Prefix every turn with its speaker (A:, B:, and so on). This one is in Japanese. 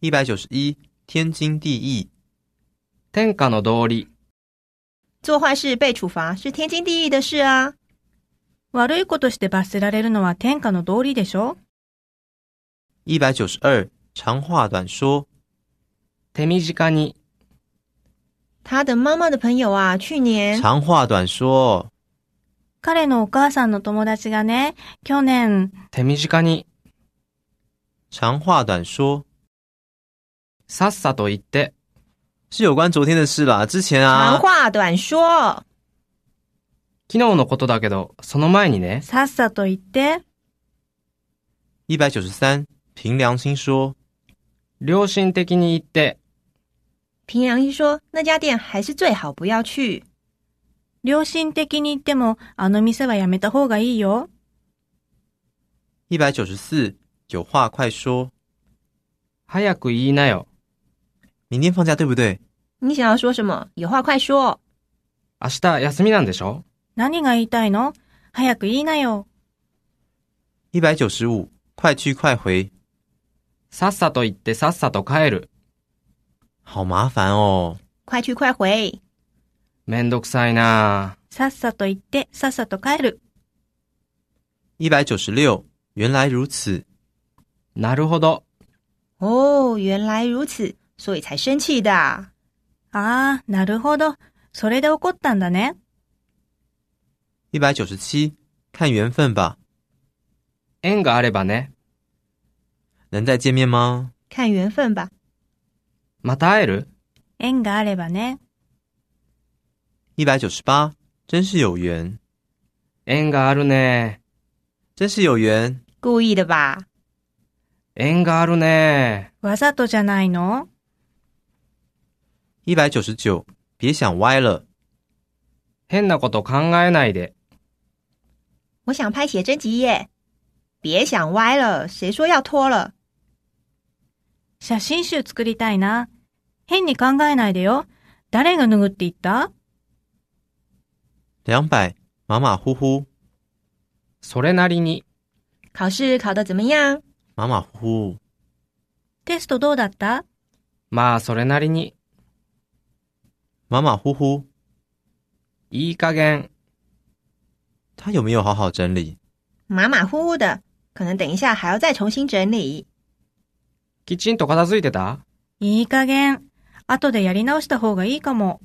A: 一百九十一，天经地义。
B: 天下の道理、
C: 做坏事被处罚是天经地义的事啊。
D: 悪いことして罰せられるのは天下の道理でしょ
A: 一百九十二，长话短说。
B: 手短に、
C: 他的妈妈的朋友啊，去年
A: 长话短说，
D: 彼のお母さんの友達がね、去年、
B: 手短に、
A: 长话短说
B: さっさと言って、
A: 是有关昨天的事啦。之前
C: 长
A: 啊，
C: 话短说，
B: 昨日のことだけど、その前にね、
D: さっさと言って、
A: 一百九十三，凭良心说。
B: 良心的に言って、
C: 平良一说那家店还是最好不要去。
D: 良心的に言っても、あの店はやめた方がいいよ。
A: 一百九十四，有话快说。
B: 早く言いなよ。
A: 明天放假对不对？
C: 你想要说什么？有话快说。
B: 明日休みなんでしょ
D: 何が言いたいの早く言いなよ。
A: 一百九十五，快去快回，
B: さっさと言ってさっさと帰る。
A: 好麻烦哦。
C: 快去快回。
B: めんどくさいなぁ。
D: さっさと言って、さっさと帰る。
A: 一百九十六，原来如此。
B: なるほど。
C: 哦，原来如此，所以才生气的啊。
D: ああ、なるほど。それで怒ったんだね。
A: 一百九十七，看缘分吧，
B: 縁があればね。
A: 能再见面吗？
C: 看缘分吧。
B: また会える
D: 縁があればね。
A: 一百九十八，真是有缘，
B: 縁があるね
A: 真是有缘。
C: 故意的吧？
B: 縁があるね
D: わざとじゃないの
A: 一百九十九，别想歪了。
B: 変なこと考えないで。
C: 我想拍写真集耶。别想歪了，谁说要脱了？
D: 写真集作りたいな。変に考えないでよ。誰が脱ぐって言った
A: 两百，马马虎虎，
B: それなりに。
C: 考试考得怎么样？
A: 马马虎虎。
D: テストどうだった
B: まあそれなりに。
A: 马马虎虎，
B: いい加減。
A: 他有没有好好整理？
C: 马马虎虎的，可能等一下还要再重新整理。
B: きちんと片付いてた
D: いい加減。後でやり直した方がいいかも。